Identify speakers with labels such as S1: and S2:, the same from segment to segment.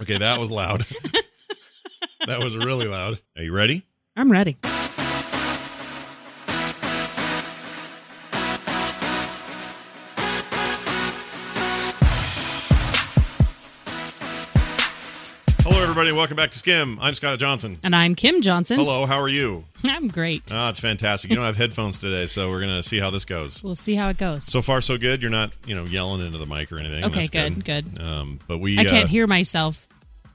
S1: Okay, that was loud. that was really loud. Are you ready?
S2: I'm ready.
S1: Hello, everybody. and Welcome back to Skim. I'm Scott Johnson.
S2: And I'm Kim Johnson.
S1: Hello, how are you?
S2: I'm great.
S1: Ah, it's fantastic. You don't have headphones today, so we're gonna see how this goes.
S2: We'll see how it goes.
S1: So far, so good. You're not, you know, yelling into the mic or anything.
S2: Okay,
S1: That's
S2: good, good.
S1: Um, but we
S2: I can't
S1: uh,
S2: hear myself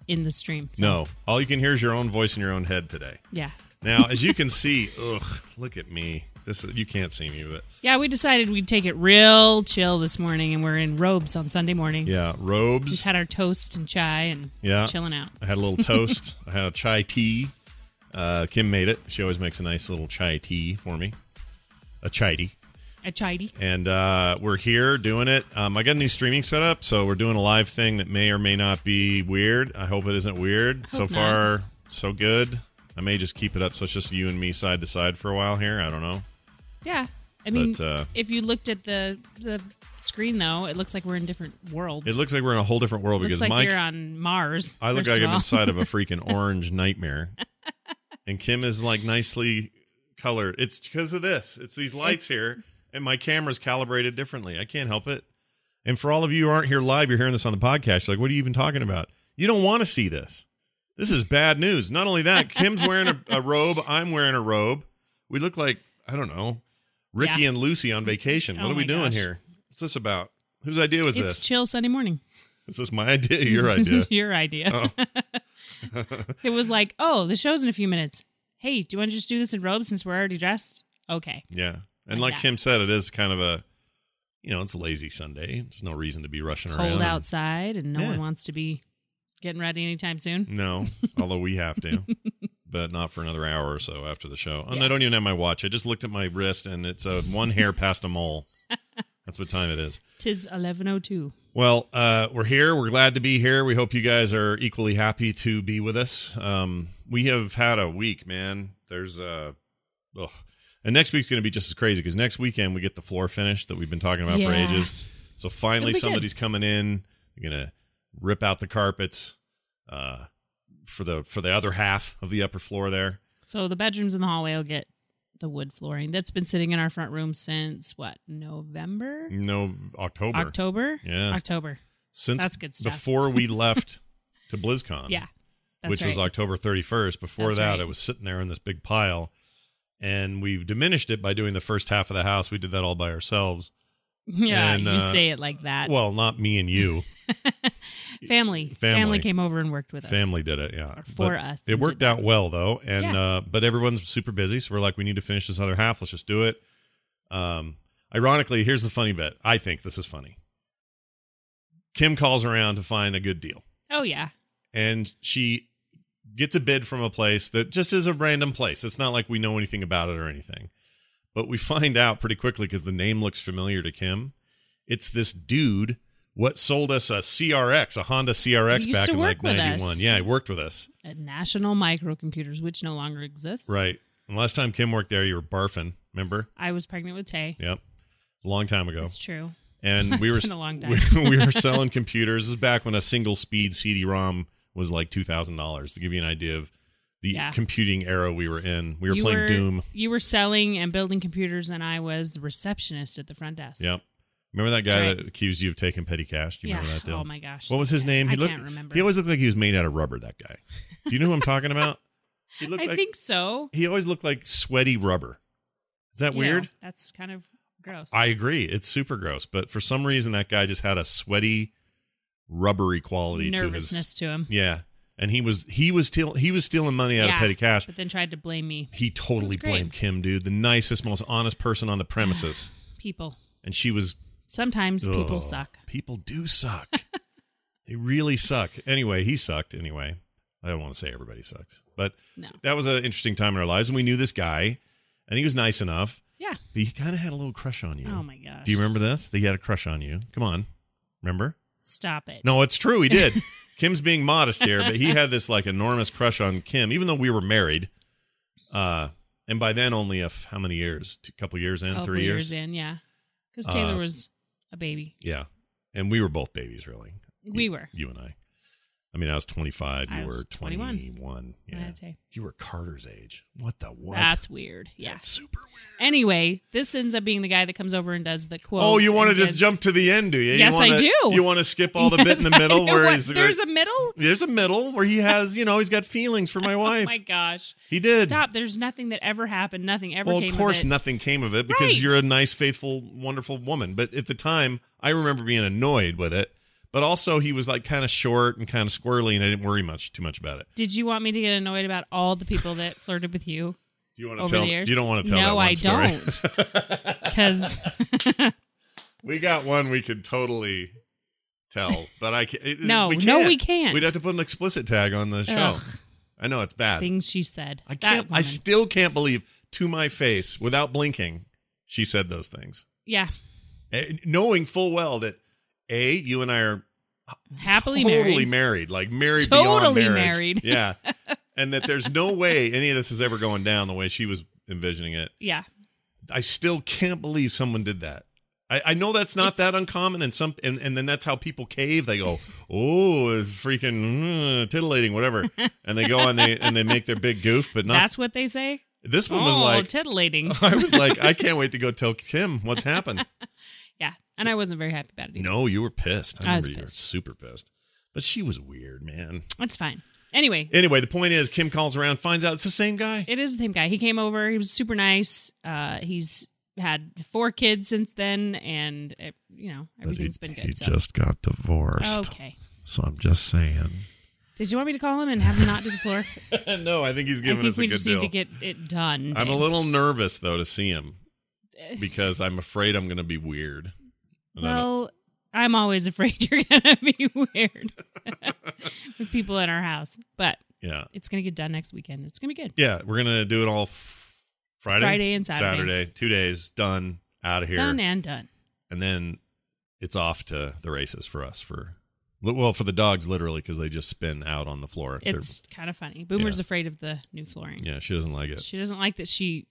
S2: in the stream. so-
S1: No, all you can hear is your own voice in your own head today.
S2: Yeah.
S1: Now, as you can see, ugh, look at me. This you can't see me, but
S2: Yeah, we decided we'd take it real chill this morning, and we're in robes on Sunday morning.
S1: yeah,
S2: Just
S1: robes.
S2: had our toast and chai and
S1: Yeah.
S2: chilling out.
S1: I had a little toast. I had a chai tea. Uh, Kim made it. She always makes a nice little chai tea for me. A chai tea.
S2: A chai
S1: and uh, we're here doing it. Um, I got a new streaming setup, so we're doing a live thing that may or may not be weird. I hope it isn't weird. so
S2: hope
S1: far, so good. I may just keep it up, so it's just you and me side to side for a while here. I don't know.
S2: Yeah. I mean,
S1: But, uh,
S2: if you looked at the the screen though, it looks like we're in different worlds.
S1: It looks like we're in a whole different world
S2: looks
S1: because
S2: like
S1: Mike,
S2: you're on Mars.
S1: I look
S2: first
S1: like
S2: of
S1: I'm
S2: all.
S1: inside of a freaking orange nightmare, and Kim is like nicely colored. It's because of this. It's these lights here, and my camera's calibrated differently. I can't help it. And for all of you who aren't here live, you're hearing this on the podcast. You're like, what are you even talking about? You don't want to see this. This is bad news. Not only that, Kim's wearing a, a robe. I'm wearing a robe. We look like I don't know, Ricky
S2: Yeah.
S1: and Lucy on vacation.
S2: Oh
S1: what are we
S2: my
S1: doing
S2: gosh.
S1: here? What's this about? Whose idea was
S2: it's
S1: this?
S2: chill Sunday morning.
S1: is this my idea? Your
S2: This
S1: idea?
S2: is your idea. it was like, oh, the show's in a few minutes. Hey, do you want to just do this in robes since we're already dressed? Okay.
S1: Yeah. And
S2: Like
S1: like
S2: that.
S1: Kim said, it is kind of a, you know, it's a lazy Sunday. There's no reason to be rushing around.
S2: Cold outside, and no
S1: Yeah.
S2: one wants to be getting ready anytime soon.
S1: No, although we have to, but not for another hour or so after the show. And I don't even have my watch. I just looked at my wrist and it's a one hair past a mole. That's what time it is.
S2: Tis eleven oh two.
S1: Well, uh, we're here. We're glad to be here. We hope you guys are equally happy to be with us. Um, we have had a week, man. There's uh, ugh. and next week's going to be just as crazy because next weekend we get the floor finished that we've been talking about for
S2: Yeah.
S1: ages. So finally,
S2: It'll be good.
S1: somebody's coming in. They're going to rip out the carpets uh, for the for the other half of the upper floor there.
S2: So the bedrooms and the hallway will get the wood flooring that's been sitting in our front room since what November,
S1: No October.
S2: October,
S1: Yeah.
S2: October.
S1: Since
S2: That's good stuff.
S1: before we left to BlizzCon.
S2: Yeah, that's
S1: Um, which
S2: right.
S1: was October 31st. Before
S2: That's
S1: that,
S2: right.
S1: it was sitting there in this big pile, and we've diminished it by doing the first half of the house. We did that all by ourselves.
S2: yeah.
S1: and,
S2: you
S1: uh,
S2: say it like that.
S1: Well, not me and you.
S2: family, family,
S1: family.
S2: came over and worked with us.
S1: Family did it, yeah.
S2: Or for
S1: But
S2: us
S1: it
S2: and
S1: worked
S2: did
S1: out well though, and
S2: Yeah.
S1: uh, but everyone's super busy, so we're like, we need to finish this other half. Let's just do it. Um, ironically, here's the funny bit. I think this is funny. Kim calls around to find a good deal.
S2: Oh yeah,
S1: and she gets a bid from a place that just is a random place. It's not like we know anything about it or anything. But we find out pretty quickly because the name looks familiar to Kim. It's this dude what sold us a CRX, a Honda CRX
S2: He used
S1: back
S2: to
S1: in like
S2: work with
S1: 91.
S2: us.
S1: Yeah, he worked with us.
S2: at National Microcomputers, which no longer exists.
S1: Right. And last time Kim worked there, you were barfing, remember?
S2: I was pregnant with Tay.
S1: Yep. It's a long time ago.
S2: That's true.
S1: and
S2: It's
S1: we were
S2: been a long time.
S1: We, we were selling computers. This is back when a single speed CD-ROM was like two thousand dollars. To give you an idea of the
S2: Yeah.
S1: computing era we were in, we were
S2: You
S1: playing Doom.
S2: You were selling and building computers, and I was the receptionist at the front desk.
S1: Yep. Remember that guy
S2: That's right.
S1: that accused you of taking petty cash? Do you
S2: yeah.
S1: remember that deal?
S2: Oh my gosh.
S1: What was his name?
S2: I
S1: He looked.
S2: can't remember.
S1: He always looked like he was made out of rubber. That guy. Do you know who I'm talking about? He looked
S2: I
S1: like
S2: think so.
S1: he always looked like sweaty rubber. Is that
S2: Yeah,
S1: weird?
S2: That's kind of gross.
S1: I agree. It's super gross, but for some reason that guy just had a sweaty, rubbery quality to
S2: Nervousness
S1: his.
S2: to him.
S1: Yeah, and he was he was steal, he was stealing money out of
S2: Yeah,
S1: petty cash.
S2: But then tried to blame me.
S1: He
S2: It
S1: totally
S2: was great.
S1: blamed Kim, dude. The nicest, most honest person on the premises,
S2: People.
S1: and she was
S2: Sometimes people
S1: Ugh.
S2: suck.
S1: People do suck. they really suck. Anyway, he sucked anyway. I don't want to say everybody sucks, but
S2: No.
S1: that was an interesting time in our lives. And we knew this guy, and he was nice enough.
S2: Yeah.
S1: But he kind of had a little crush on you.
S2: Oh my gosh.
S1: Do you remember this? That he had a crush on you. Come on. Remember?
S2: Stop it.
S1: No, it's true. He did. Kim's being modest here, but he had this like enormous crush on Kim, even though we were married. Uh, and by then, only a f- how many years? A couple years in,
S2: Couple
S1: three years.
S2: in, yeah. Because Taylor
S1: Uh,
S2: was a baby.
S1: Yeah, and we were both babies, really.
S2: We
S1: You-
S2: were.
S1: You and I. I mean, I was 25.
S2: I
S1: You
S2: was
S1: were
S2: 21.
S1: 21. Yeah.
S2: I'd say.
S1: You were Carter's age. What the what?
S2: That's weird. Yeah.
S1: That's super weird.
S2: Anyway, this ends up being the guy that comes over and does the quote.
S1: oh, you want to
S2: and
S1: just
S2: gives-
S1: jump to the end, do you?
S2: Yes,
S1: you wanna,
S2: I do.
S1: You want to skip all the bit
S2: Yes,
S1: in the
S2: I
S1: middle
S2: do.
S1: where
S2: What?
S1: he's
S2: There's a middle.
S1: there's a middle where he has you know he's got feelings for my
S2: Oh
S1: wife.
S2: my gosh!
S1: he did.
S2: Stop. There's nothing that ever happened. Nothing ever
S1: well,
S2: came.
S1: of course,
S2: of it.
S1: nothing came of it because
S2: Right.
S1: you're a nice, faithful, wonderful woman. But at the time, I remember being annoyed with it. But also, he was like kind of short and kind of squirrely, and I didn't worry much too much about it.
S2: Did you want me to get annoyed about all the people that flirted with you
S1: Do you want to
S2: over
S1: tell?
S2: the years?
S1: You don't want to tell?
S2: No,
S1: that one
S2: I
S1: story.
S2: don't. Because
S1: We got one we could totally tell, but I can't. it-
S2: No,
S1: we
S2: no,
S1: can't.
S2: we can't.
S1: We'd have to put an explicit tag on the show.
S2: Ugh.
S1: I know it's bad.
S2: things she said.
S1: I
S2: That
S1: can't. I
S2: woman.
S1: still can't believe to my face, without blinking, she said those things,
S2: yeah,
S1: And Eh, knowing full well that a you and I are
S2: happily
S1: totally
S2: married.
S1: like married, beyond
S2: Totally married.
S1: marriage. yeah, and that there's no way any of this is ever going down the way she was envisioning it.
S2: yeah,
S1: I still can't believe someone did that. I, I know that's not
S2: It's-
S1: that uncommon, and some, and, and then that's how people cave. They go, "Oh, it's freaking mm, titillating, whatever," and they go and they and they make their big goof. But not
S2: that's what they say.
S1: this one
S2: oh,
S1: was like,
S2: titillating.
S1: I was like, I can't wait to go tell Kim what's happened.
S2: yeah, and I wasn't very happy about it. Either.
S1: no, you were pissed. I,
S2: I was
S1: remember you were
S2: pissed.
S1: super pissed, but she was weird, man.
S2: that's fine. Anyway,
S1: Anyway, the point is, Kim calls around, finds out it's the same guy.
S2: It is the same guy. He came over. He was super nice. Uh, he's had four kids since then, and it, you know everything's been good. So
S1: got divorced,
S2: okay.
S1: so I'm just saying.
S2: Did you want me to call him and have him not do the floor?
S1: no, I think he's
S2: I
S1: giving
S2: think
S1: us a
S2: we
S1: good
S2: just
S1: deal.
S2: need to get it done. Eh,
S1: I'm a
S2: babe.
S1: little nervous though to see him because I'm afraid I'm going to be weird. And I don't-
S2: well. I'm always afraid you're gonna be weird with people in our house, but
S1: yeah,
S2: it's gonna get done next weekend. It's gonna be good.
S1: yeah, we're going to do it all f- Friday,
S2: Friday and Saturday.
S1: two days done out of here,
S2: Done and done.
S1: and then it's off to the races for us for well for the dogs literally because they just spin out on the floor. They're-
S2: It's kind of funny. Boomer's
S1: Yeah.
S2: afraid of the new flooring.
S1: yeah, she doesn't like it.
S2: She doesn't like that she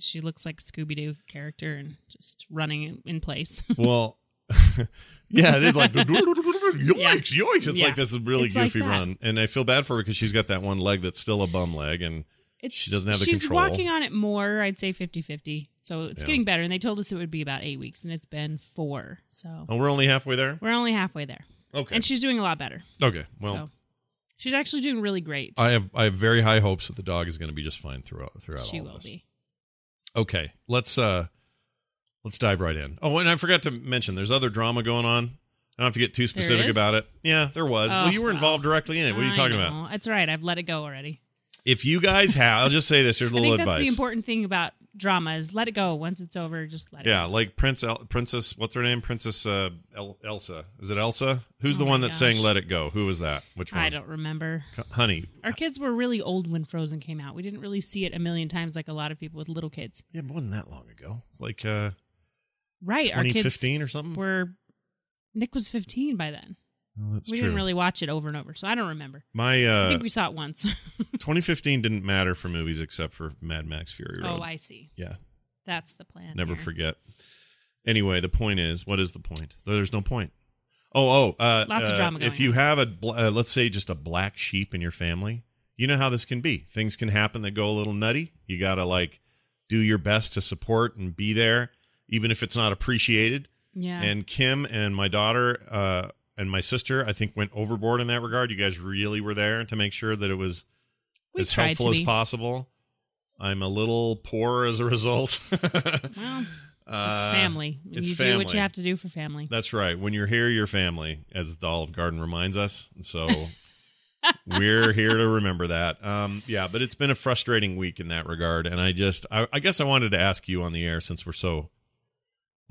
S2: she looks like Scooby Doo character and just running in place.
S1: well. yeah, it is like yoinks, yoinks. It's
S2: Yeah.
S1: like this really
S2: It's like
S1: goofy
S2: that.
S1: run, and I feel bad for her because she's got that one leg that's still a bum leg, and
S2: It's
S1: She doesn't have the
S2: she's
S1: control.
S2: walking on it more. I'd say 50-50. So it's
S1: Yeah.
S2: getting better. And they told us it would be about eight weeks, and it's been four. So
S1: oh, we're only halfway there.
S2: we're only halfway there,
S1: Okay.
S2: and she's doing a lot better.
S1: okay. Well,
S2: so she's actually doing really great.
S1: I have I have very high hopes that the dog is going to be just fine throughout throughout
S2: she
S1: all
S2: will
S1: this.
S2: be.
S1: Okay, let's uh let's dive right in. Oh, and I forgot to mention there's other drama going on. I don't have to get too specific
S2: is?
S1: about it. Yeah, there was. well,
S2: Oh,
S1: you were
S2: well.
S1: involved directly in it. What are you
S2: I
S1: talking about?
S2: know. That's right. I've let it go already.
S1: If you guys have, I'll just say this. Here's
S2: I
S1: a little
S2: think that's the
S1: advice.
S2: important thing about drama is let it go. Once it's over, just let
S1: yeah,
S2: it
S1: like Prince El- Princess, what's her name? Princess uh, El- Elsa. Is it Elsa? Who's
S2: Oh
S1: the
S2: my
S1: one that sang
S2: gosh.
S1: "Let It Go"? Who was that? Which
S2: go.
S1: one?
S2: I don't remember.
S1: C- Honey.
S2: Our kids were really old when Frozen came out. We didn't really see it a million times like a lot of people with little kids.
S1: Yeah, but it wasn't that long ago. It's like uh,
S2: Right. Our kids
S1: 2015 or something.
S2: were Nick was 15 by then.
S1: Oh, that's
S2: we
S1: true.
S2: didn't really watch it over and over, so I don't remember.
S1: My uh,
S2: I think we saw it once.
S1: 2015 didn't matter for movies except for Mad Max Fury Road.
S2: oh, I see.
S1: yeah,
S2: That's the plan.
S1: never
S2: here.
S1: forget. Anyway, the point is, what is the point? There's no point. Oh, oh, uh,
S2: Lots of
S1: uh,
S2: drama going
S1: if you
S2: on.
S1: have a, bl- uh, let's say, just a black sheep in your family, you know how this can be. Things can happen that go a little nutty. You gotta like do your best to support and be there, even if it's not appreciated.
S2: Yeah.
S1: And Kim and my daughter uh, and my sister, I think, went overboard in that regard. You guys really were there to make sure that it was
S2: We
S1: as
S2: tried
S1: helpful
S2: to
S1: as
S2: be.
S1: possible. I'm a little poor as a result.
S2: well, it's
S1: Uh,
S2: family.
S1: it's
S2: you do what
S1: family.
S2: you have to do for family.
S1: That's right. When you're here, you're family, as the Olive Garden reminds us. And so we're here to remember that. Um, yeah, but it's been a frustrating week in that regard. And I just, I, I guess I wanted to ask you on the air since we're so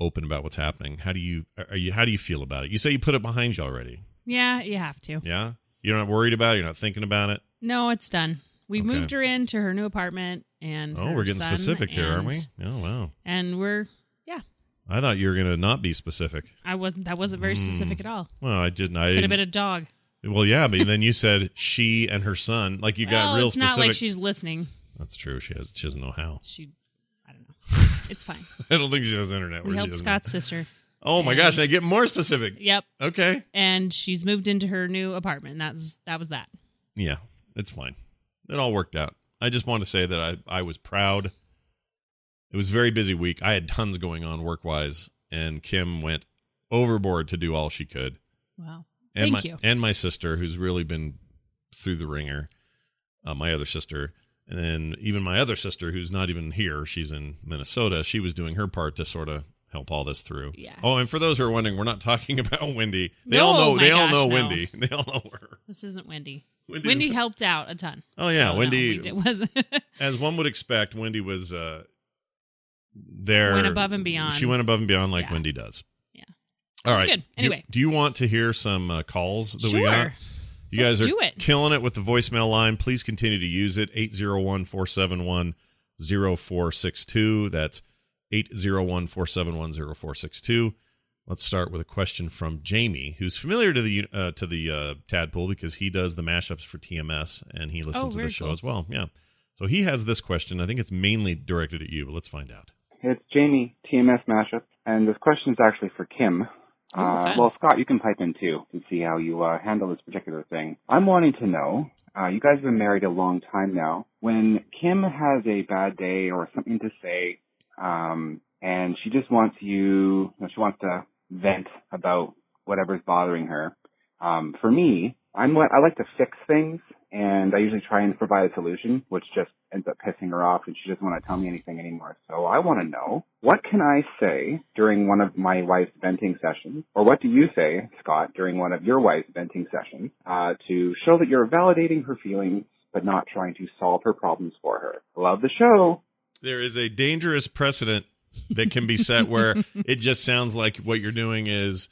S1: open about what's happening. How do you, are you, how do you feel about it? You say you put it behind you already.
S2: yeah, you have to.
S1: Yeah. You're not worried about it. You're not thinking about it.
S2: No, it's done. We
S1: Okay.
S2: moved her into her new apartment, and
S1: Oh,
S2: her
S1: we're getting
S2: son,
S1: specific here, aren't we?
S2: and-
S1: Oh, wow.
S2: And we're yeah.
S1: I thought you were going to not be specific.
S2: I wasn't. That wasn't very specific at all.
S1: Well, I didn't. Hmm. I
S2: Could
S1: didn't.
S2: have been a dog.
S1: well, yeah, but then you said she and her son. Like you got
S2: well,
S1: real
S2: Oh, it's
S1: specific.
S2: not like she's listening.
S1: That's true. She has. She doesn't know how.
S2: She, I don't know. It's fine.
S1: I don't think she has internet.
S2: We
S1: where she
S2: helped
S1: doesn't
S2: Scott's sister.
S1: know. Oh my gosh! I get more specific.
S2: Yep.
S1: Okay.
S2: And she's moved into her new apartment. That's that was that.
S1: Yeah, it's fine. It all worked out. I just want to say that I I was proud. It was a very busy week. I had tons going on work wise, and Kim went overboard to do all she could.
S2: Wow.
S1: and
S2: Thank
S1: my,
S2: you.
S1: And my sister, who's really been through the ringer, uh, my other sister, and then even my other sister, who's not even here, she's in Minnesota. She was doing her part to sort of help all this through.
S2: Yeah.
S1: Oh, and for those who are wondering, we're not talking about Wendy. They
S2: No,
S1: all know.
S2: my
S1: They all
S2: gosh,
S1: know
S2: no.
S1: Wendy. They all know her.
S2: This isn't Wendy.
S1: Wendy's-
S2: Wendy helped out a ton.
S1: Oh yeah,
S2: So, no, we
S1: Wendy.
S2: did- wasn't.
S1: as one would expect, Wendy was uh, there.
S2: Went above and beyond.
S1: She went above and beyond, like
S2: Yeah.
S1: Wendy does.
S2: Yeah.
S1: All
S2: was
S1: right.
S2: good.
S1: Do you-
S2: Anyway.
S1: do you want to hear some uh, calls that we got?
S2: sure.
S1: You
S2: Let's
S1: guys are
S2: do it.
S1: killing it with the voicemail line. Please continue to use it. 801 471 0462. That's 801 471 0462. Let's start with a question from Jamie, who's familiar to the uh, to the uh, tadpole because he does the mashups for TMS and he listens
S2: Oh,
S1: to the
S2: very
S1: show
S2: cool.
S1: as well. Yeah, so he has this question. I think it's mainly directed at you, but let's find out.
S3: It's Jamie, TMS Mashup, and this question is actually for Kim.
S2: Ooh,
S3: Uh,
S2: fun.
S3: well, Scott, you can pipe in too to see how you uh, handle this particular thing. I'm wanting to know, uh, you guys have been married a long time now. When Kim has a bad day or something to say, um, and she just wants you, she wants to vent about whatever's bothering her. Um, for me, I'm what I like to fix things, and I usually try and provide a solution, which just ends up pissing her off, and she doesn't want to tell me anything anymore. So I want to know what can I say during one of my wife's venting sessions, or what do you say, Scott, during one of your wife's venting sessions, uh, to show that you're validating her feelings but not trying to solve her problems for her. Love the show.
S1: There is a dangerous precedent that can be set where it just sounds like what you're doing is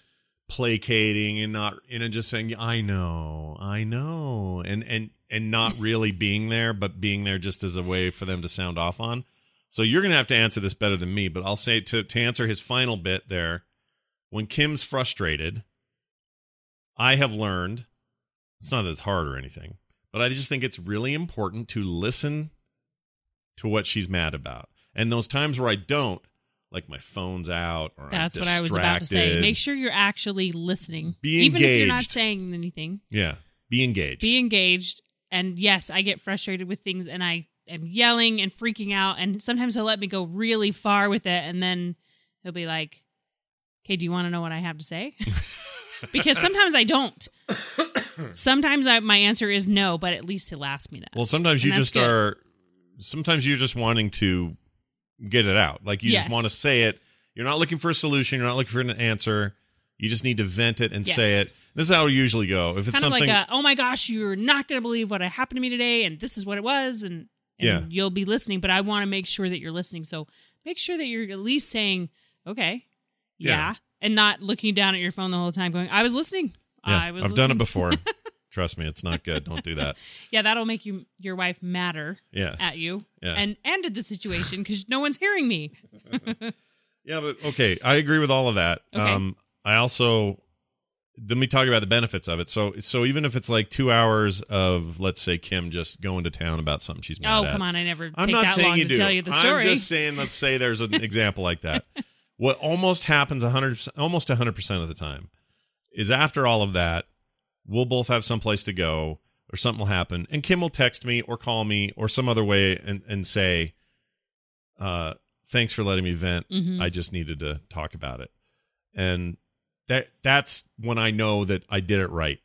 S1: placating and not and just saying I know, I know, and and and not really being there, but being there just as a way for them to sound off on. So you're gonna have to answer this better than me, but I'll say to to answer his final bit there. When Kim's frustrated, I have learned it's not that it's hard or anything, but I just think it's really important to listen to what she's mad about. And those times where I don't, like my phone's out or
S2: That's
S1: I'm
S2: what I was about to say.
S1: distracted.
S2: Make sure you're actually listening,
S1: Be
S2: even if you're not
S1: engaged.
S2: saying anything.
S1: Yeah. Be engaged.
S2: Be engaged. And yes, I get frustrated with things, and I am yelling and freaking out. And sometimes he'll let me go really far with it, and then he'll be like, "Okay, do you want to know what I have to say?" because sometimes I don't. sometimes I, my answer is no, but at least he'll ask me that.
S1: well, sometimes you
S2: And that's
S1: just
S2: good.
S1: are sometimes you're just wanting to get it out. Like you
S2: Yes.
S1: just want to say it. You're not looking for a solution, you're not looking for an answer. You just need to vent it and say
S2: Yes.
S1: it. This is how we usually go. If it's
S2: kind of
S1: something
S2: like a, oh my gosh, you're not going to believe what happened to me today, and this is what it was, and, and
S1: Yeah.
S2: you'll be listening. But I want to make sure that you're listening, so make sure that you're at least saying okay, yeah,
S1: Yeah.
S2: and not looking down at your phone the whole time, going, I was listening,
S1: Yeah,
S2: I was.
S1: I've done
S2: listening."
S1: it before. Trust me, it's not good. Don't do that.
S2: Yeah, that'll make you your wife madder
S1: Yeah.
S2: at you
S1: Yeah.
S2: and end of the situation because no one's hearing me. Oh,
S1: Yeah, but okay, I agree with all of that.
S2: Okay.
S1: Um I also let me talk about the benefits of it. So so even if it's like 2 hours of let's say Kim just going to town about something she's mad
S2: oh
S1: at.
S2: come on, I never
S1: I'm
S2: take
S1: not
S2: that
S1: saying
S2: long
S1: you
S2: to
S1: do.
S2: tell you the story.
S1: I'm just saying, let's say there's an example like that. What almost happens 100, almost 100 percent of the time is after all of that, we'll both have someplace to go, or something will happen, and Kim will text me or call me or some other way and and say, uh, "Thanks for letting me vent.
S2: Mhm.
S1: I just needed to talk about it." and that that's when I know that I did it right.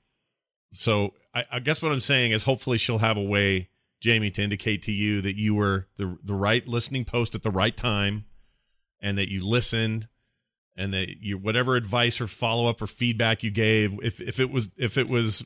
S1: So I, I guess what I'm saying is hopefully she'll have a way, Jamie, to indicate to you that you were the the right listening post at the right time, and that you listened, and that you whatever advice or follow up or feedback you gave, if if it was if it was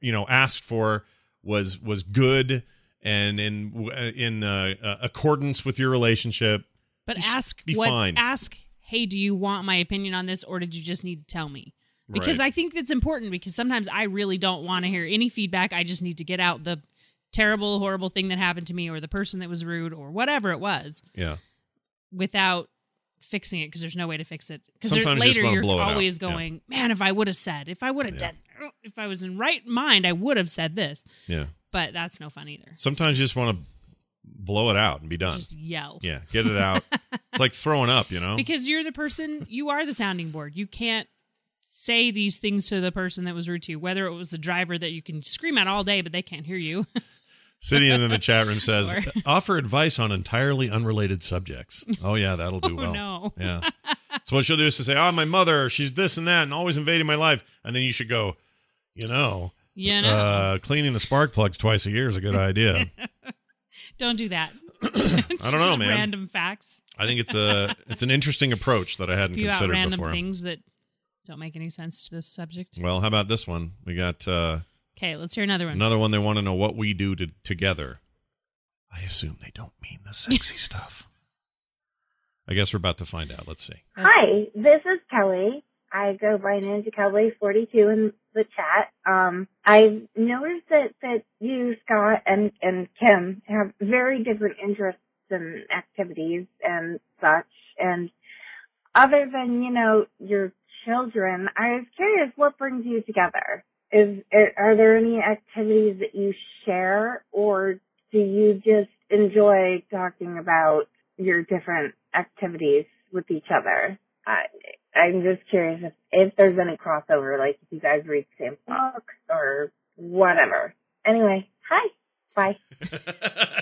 S1: you know asked for was was good and in in uh, uh, accordance with your relationship.
S2: But
S1: You should
S2: ask
S1: be
S2: what
S1: fine.
S2: ask, hey, do you want my opinion on this or did you just need to tell me? Because I think that's important because sometimes I really don't want to hear any feedback. I just need to get out the terrible, horrible thing that happened to me or the person that was rude or whatever it was
S1: yeah.
S2: without fixing it because there's no way to fix it. Because
S1: Sometimes you just
S2: later
S1: wanna
S2: you're
S1: blow it out.
S2: always
S1: Yeah.
S2: going, man, if I would have said, if I would have
S1: Yeah.
S2: done, if I was in right mind, I would have said this.
S1: Yeah.
S2: But that's no fun either.
S1: Sometimes you just want to blow it out and be done.
S2: Just yell.
S1: Yeah, get it out. it's like throwing up, you know.
S2: because you're the person you are the sounding board you can't say these things to the person that was rude to you whether it was a driver that you can scream at all day but they can't hear you
S1: Sidian in the chat room says,
S2: Or-
S1: "Offer advice on entirely unrelated subjects." Oh yeah, that'll do
S2: Oh,
S1: well.
S2: no.
S1: Yeah. So what she'll do is to say, "Oh, my mother, she's this and that, and always invading my life," and then you should go, you know,
S2: you know
S1: uh, cleaning the spark plugs twice a year is a good idea.
S2: don't do that
S1: I don't know, man.
S2: random facts
S1: I think it's a it's an interesting approach that I hadn't
S2: spew out
S1: considered
S2: random
S1: before.
S2: things that don't make any sense to this subject
S1: Well, how about this one? We got. uh
S2: okay let's hear another one
S1: Another one they want to know what we do to, together. I assume they don't mean the sexy stuff. I guess we're about to find out. Let's see.
S2: Let's-
S4: Hi, this is Kelly. I go by Ninja Kelly 42 in the chat. Um, I've noticed that, that you, Scott, and, and Kim have very different interests and activities and such. And other than, you know, your children, I was curious what brings you together? Is, are there any activities that you share or do you just enjoy talking about your different activities with each other? I, I'm just curious if, if there's any crossover, like if you guys read the same books or whatever. Anyway, hi. Bye.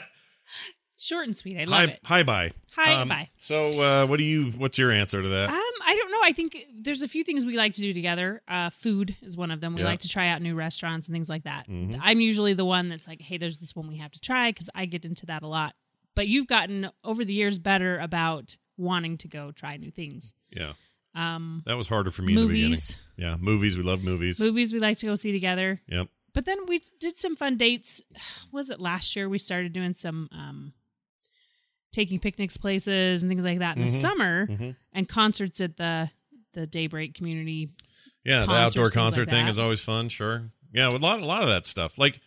S2: short and sweet i love
S1: hi,
S2: it
S1: hi, bye.
S2: Hi,
S1: Um,
S2: bye.
S1: So, uh, what do you? What's your answer to that?
S2: um i don't know i think there's a few things we like to do together uh food is one of them we
S1: Yeah.
S2: like to try out new restaurants and things like that
S1: Mhm.
S2: I'm usually the one that's like, hey, there's this one we have to try because I get into that a lot. But you've gotten over the years better about wanting to go try new things.
S1: Yeah,
S2: Um,
S1: that was harder for me in the
S2: movies,
S1: beginning. Yeah, movies. We love movies.
S2: movies we like to go see together.
S1: Yep.
S2: But then we did some fun dates. Was it last year? We started doing some um, taking picnics places and things like that in the
S1: Mhm.
S2: summer,
S1: Mhm.
S2: and concerts at the the Daybreak Community
S1: Yeah, the
S2: Concerts,
S1: outdoor
S2: things like
S1: concert thing
S2: that.
S1: is always fun. Sure. Yeah, with a lot, a lot of that stuff. Like,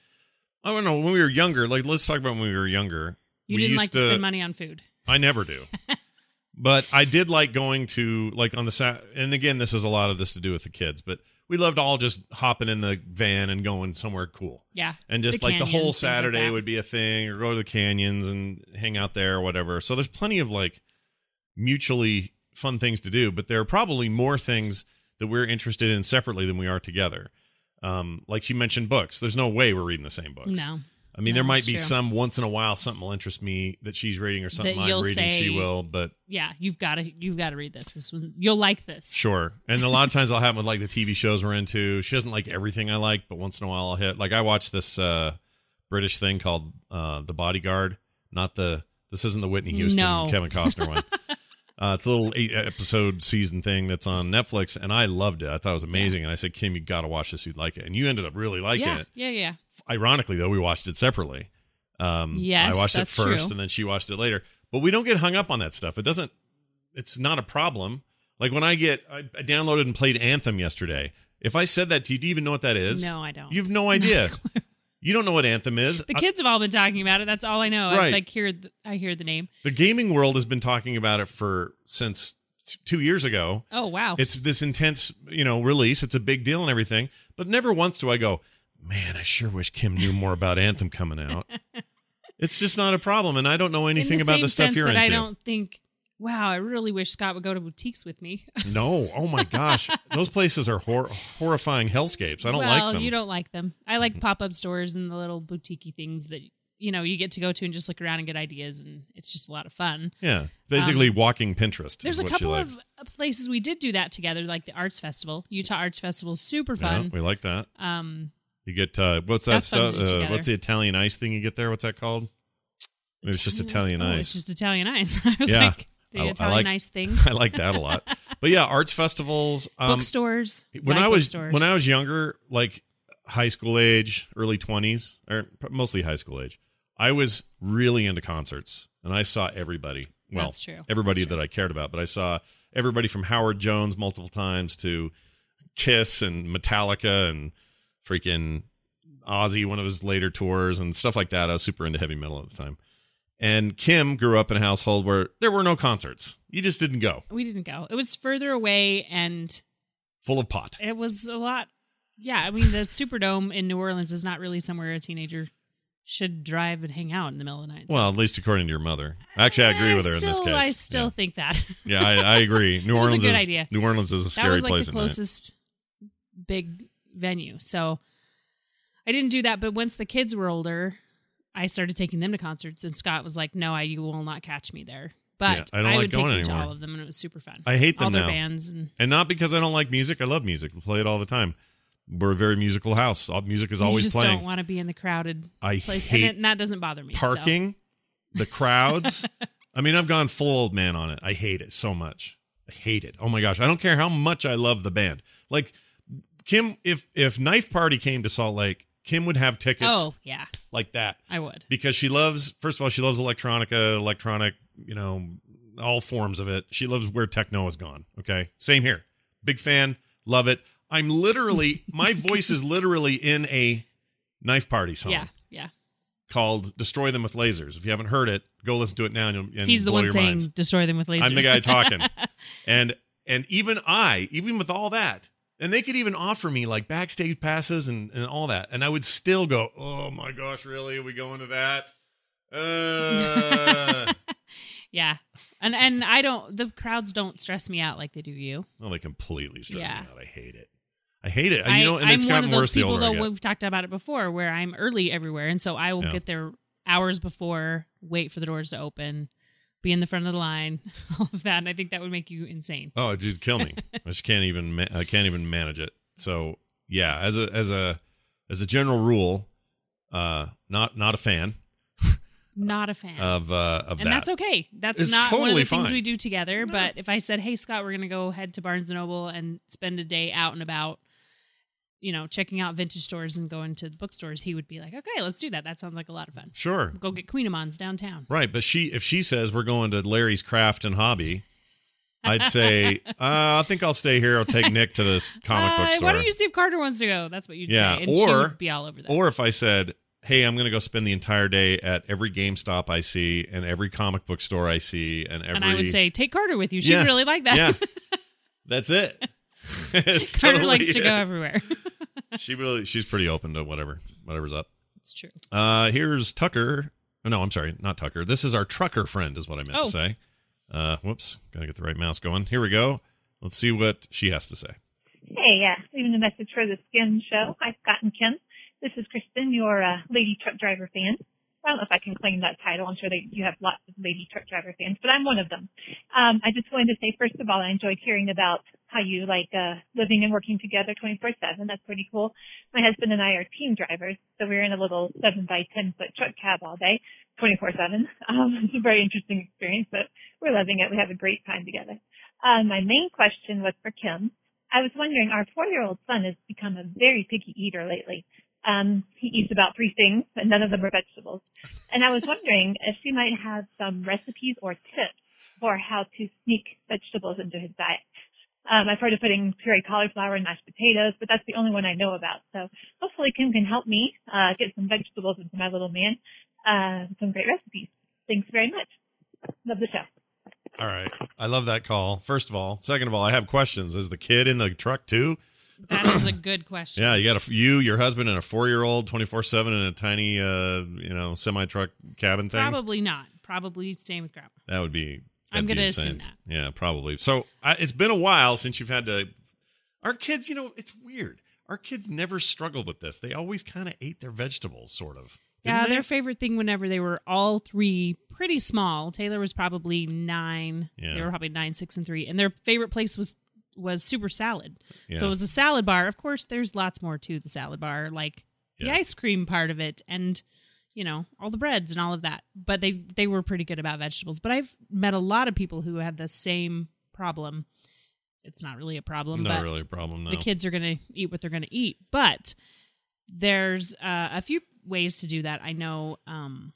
S1: I don't know. When we were younger, like, let's talk about when we were younger.
S2: You
S1: We
S2: didn't
S1: used
S2: like to, spend money on food.
S1: I never do. but I did like going to like on the Sat and again this is a lot of this to do with the kids, but we loved all just hopping in the van and going somewhere cool.
S2: Yeah.
S1: And just
S2: The
S1: like the whole
S2: canyons, things like
S1: Saturday
S2: that.
S1: would be a thing or go to the canyons and hang out there or whatever. So there's plenty of like mutually fun things to do, but there are probably more things that we're interested in separately than we are together. Um, like she mentioned books. There's no way we're reading the same books.
S2: No.
S1: I mean,
S2: No,
S1: there might
S2: that's
S1: be
S2: true.
S1: some once in a while something will interest me that she's reading or something
S2: That
S1: I'm
S2: you'll
S1: reading she
S2: say-
S1: will, but
S2: Yeah, you've got to you've got to read this. This one you'll like this.
S1: sure. And a lot of times I'll happen with like the TV shows we're into. She doesn't like everything I like, but once in a while I'll hit. Like I watched this uh, British thing called uh, The Bodyguard. Not the this isn't the Whitney Houston
S2: No.
S1: Kevin Costner one. Uh, it's a little eight episode season thing that's on Netflix, and I loved it. I thought it was amazing, and I said, "Kim, you got to watch this. You'd like it." And you ended up really liking
S2: yeah,
S1: it.
S2: yeah, yeah.
S1: ironically though we watched it separately um
S2: Yes,
S1: i watched
S2: that's
S1: it first
S2: true.
S1: and then she watched it later but we don't get hung up on that stuff it doesn't it's not a problem like when i get i, I downloaded and played anthem yesterday if i said that to you do you even know what that is
S2: No, I don't.
S1: you have no idea you don't know what anthem is
S2: the
S1: I-
S2: kids have all been talking about it. That's all I know. I
S1: Right.
S2: like hear the, I hear the name.
S1: the gaming world has been talking about it for since t- two years ago
S2: Oh wow.
S1: it's this intense you know release it's a big deal and everything but never once do i go man i sure wish kim knew more about anthem coming out it's just not a problem and i don't know
S2: In
S1: anything
S2: the
S1: about
S2: same
S1: the stuff
S2: sense
S1: you're
S2: that
S1: into
S2: I don't think. Wow, I really wish Scott would go to boutiques with me.
S1: no oh my gosh those places are hor- horrifying hellscapes i don't
S2: well,
S1: like them Mm-hmm.
S2: you don't like them. I like pop up stores and the little boutiquey things that you know you get to go to and just look around and get ideas, and it's just a lot of fun.
S1: Yeah. Basically, walking Pinterest.
S2: Um, There's
S1: is
S2: a
S1: what
S2: couple
S1: she
S2: of uh,
S1: likes.
S2: places we did do that together, like the Arts Festival, Utah Arts Festival, is super
S1: Yeah,
S2: fun.
S1: we like that.
S2: um,
S1: You get uh, what's that
S2: That's fun to
S1: stuff?
S2: do
S1: Uh,
S2: together.
S1: what's the Italian ice thing you get there? What's that called? Maybe it's just Italian
S2: oh,
S1: ice.
S2: it's just Italian ice. I was
S1: Yeah.
S2: like the
S1: I- I
S2: Italian
S1: like-
S2: ice thing.
S1: I like that a lot. But yeah, arts festivals. Um,
S2: bookstores.
S1: when
S2: black
S1: I was
S2: bookstores.
S1: when I was younger, like high school age, early twenties, or p- mostly high school age, I was really into concerts, and I saw everybody. Well,
S2: That's true.
S1: everybody
S2: That's
S1: that I cared about, but I saw everybody from Howard Jones multiple times to Kiss and Metallica and freaking Ozzy, one of his later tours and stuff like that. I was super into heavy metal at the time. And Kim grew up in a household where there were no concerts. You just didn't go.
S2: we didn't go. It was further away, and
S1: Full of pot.
S2: it was a lot. Yeah, I mean the Superdome in New Orleans is not really somewhere a teenager should drive and hang out in the middle of the night. So-
S1: Well, at least according to your mother. Actually, I agree with her in this
S2: still-
S1: case.
S2: I still think that.
S1: Yeah, yeah I, I agree. New
S2: It was a
S1: Orleans
S2: good
S1: is
S2: idea.
S1: New Orleans is a
S2: that
S1: scary
S2: was like
S1: place
S2: the
S1: at night.
S2: closest big venue. So I didn't do that, but once the kids were older, I started taking them to concerts, and Scott was like, "No, I you will not catch me there." But
S1: Yeah, I don't like
S2: would take
S1: going
S2: them to
S1: anymore.
S2: all of them, and it was super fun.
S1: I hate them
S2: all their
S1: now.
S2: bands, and
S1: And not because I don't like music. I love music. I play it all the time. We're a very musical house. All, music is
S2: you
S1: always
S2: just
S1: playing.
S2: don't want to be in the crowded
S1: I
S2: place,
S1: hate
S2: and, it, that doesn't bother me. so.
S1: parking, the crowds. I mean, I've gone full old man on it. I hate it so much. I hate it. Oh my gosh. I don't care how much I love the band. Like Kim, if if Knife Party came to Salt Lake, Kim would have tickets
S2: Oh yeah,
S1: like that.
S2: I would.
S1: because she loves first of all she loves electronica electronic you know all forms of it she loves where techno is gone okay same here big fan love it i'm literally my voice is literally in a knife party song
S2: Yeah, yeah.
S1: called destroy them with lasers if you haven't heard it go listen to it now and, you'll- and
S2: He's the
S1: blow
S2: one
S1: your
S2: saying,
S1: minds.
S2: "Destroy them with lasers."
S1: I'm the guy talking. and and even I, even with all that, and they could even offer me like backstage passes and, and all that, and I would still go, oh my gosh, really? Are we going to that? Uh.
S2: yeah, and and I don't. The crowds don't stress me out like they do you.
S1: well, Oh, they completely stress
S2: Yeah.
S1: me out. I hate it. I hate it.
S2: I,
S1: you know, and
S2: I'm
S1: it's
S2: one
S1: gotten
S2: of those
S1: worse the
S2: people
S1: older
S2: though.
S1: I get.
S2: We've talked about it before, where I'm early everywhere, and so I will
S1: Yeah.
S2: get there hours before, wait for the doors to open, be in the front of the line, all of that, and I think that would make you insane.
S1: Oh, it would kill me. I just can't even ma- I can't even manage it. So yeah, as a as a as a general rule, uh, not not a fan
S2: Not a fan.
S1: of uh of
S2: and
S1: that.
S2: that's okay. That's
S1: It's
S2: not one of
S1: totally
S2: the things
S1: fine.
S2: we do together. But if I said, "Hey, Scott, we're gonna go head to Barnes and Noble and spend a day out and about," you know, checking out vintage stores and going to bookstores, he would be like, "Okay, let's do that. That sounds like a lot of fun.
S1: Sure.
S2: Go get Queen Amon's downtown."
S1: Right, but she if she says we're going to Larry's Craft and Hobby, I'd say uh, I think I'll stay here. I'll take Nick to this comic book
S2: Uh,
S1: store.
S2: Why don't you see if Carter wants to go? That's what you'd
S1: Yeah,
S2: say, and she
S1: or-
S2: would be all over that.
S1: or if I said, "Hey, I'm going to go spend the entire day at every GameStop I see and every comic book store I see and every
S2: and I would say, take Carter with you. She'd
S1: Yeah.
S2: really like that.
S1: yeah, that's it." it's
S2: Carter
S1: totally
S2: likes to
S1: it.
S2: go everywhere.
S1: She really she's pretty open to whatever whatever's up.
S2: it's true.
S1: Uh, here's Tucker. Oh, no, I'm sorry, not Tucker. This is our trucker friend, is what I meant
S2: Oh.
S1: to say. Uh, whoops, gotta get the right mouse going. Here we go. Let's see what she has to say.
S5: Hey, yeah, leaving a message for the Skin Show. Hi, Scott and Kim. This is Kristen, your uh, lady truck driver fan. I don't know if I can claim that title. I'm sure that you have lots of lady truck driver fans, but I'm one of them. Um, I just wanted to say, first of all, I enjoyed hearing about how you like uh, living and working together 24/7. That's pretty cool. My husband and I are team drivers, so we're in a little seven by ten foot truck cab all day, 24/7. Um, it's a very interesting experience, but we're loving it. We have a great time together. Uh, my main question was for Kim. I was wondering, our four-year-old son has become a very picky eater lately. Um, he eats about three things, but none of them are vegetables. And I was wondering if she might have some recipes or tips for how to sneak vegetables into his diet. Um, I've heard of putting pureed cauliflower and mashed potatoes, but that's the only one I know about. So hopefully Kim can help me uh, get some vegetables into my little man. Uh, some great recipes. Thanks very much. Love the show.
S1: All right, I love that call. First of all, second of all, I have questions. Is the kid in the truck too?
S2: That is a good question.
S1: Yeah, you got a you, your husband, and a four year old, twenty four seven, in a tiny, uh, you know, semi truck cabin thing.
S2: Probably not. Probably staying with Grandma.
S1: That would be. That'd
S2: I'm
S1: be
S2: gonna
S1: insane.
S2: assume that.
S1: Yeah, probably. So I, it's been a while since you've had to. Our kids, you know, it's weird. Our kids never struggled with this. They always kind of ate their vegetables, sort of.
S2: Yeah,
S1: Didn't they?
S2: their favorite thing whenever they were all three pretty small. Taylor was probably nine.
S1: Yeah.
S2: They were probably nine, six, and three. And their favorite place was was Super Salad.
S1: Yeah.
S2: So it was a salad bar. Of course, there's lots more to the salad bar, like the
S1: Yeah.
S2: ice cream part of it, and you know all the breads and all of that. But they they were pretty good about vegetables. But I've met a lot of people who have the same problem. It's not really a problem,
S1: not
S2: but
S1: really a problem. No.
S2: the kids are going to eat what they're going to eat. But there's uh, a few ways to do that. I know, um,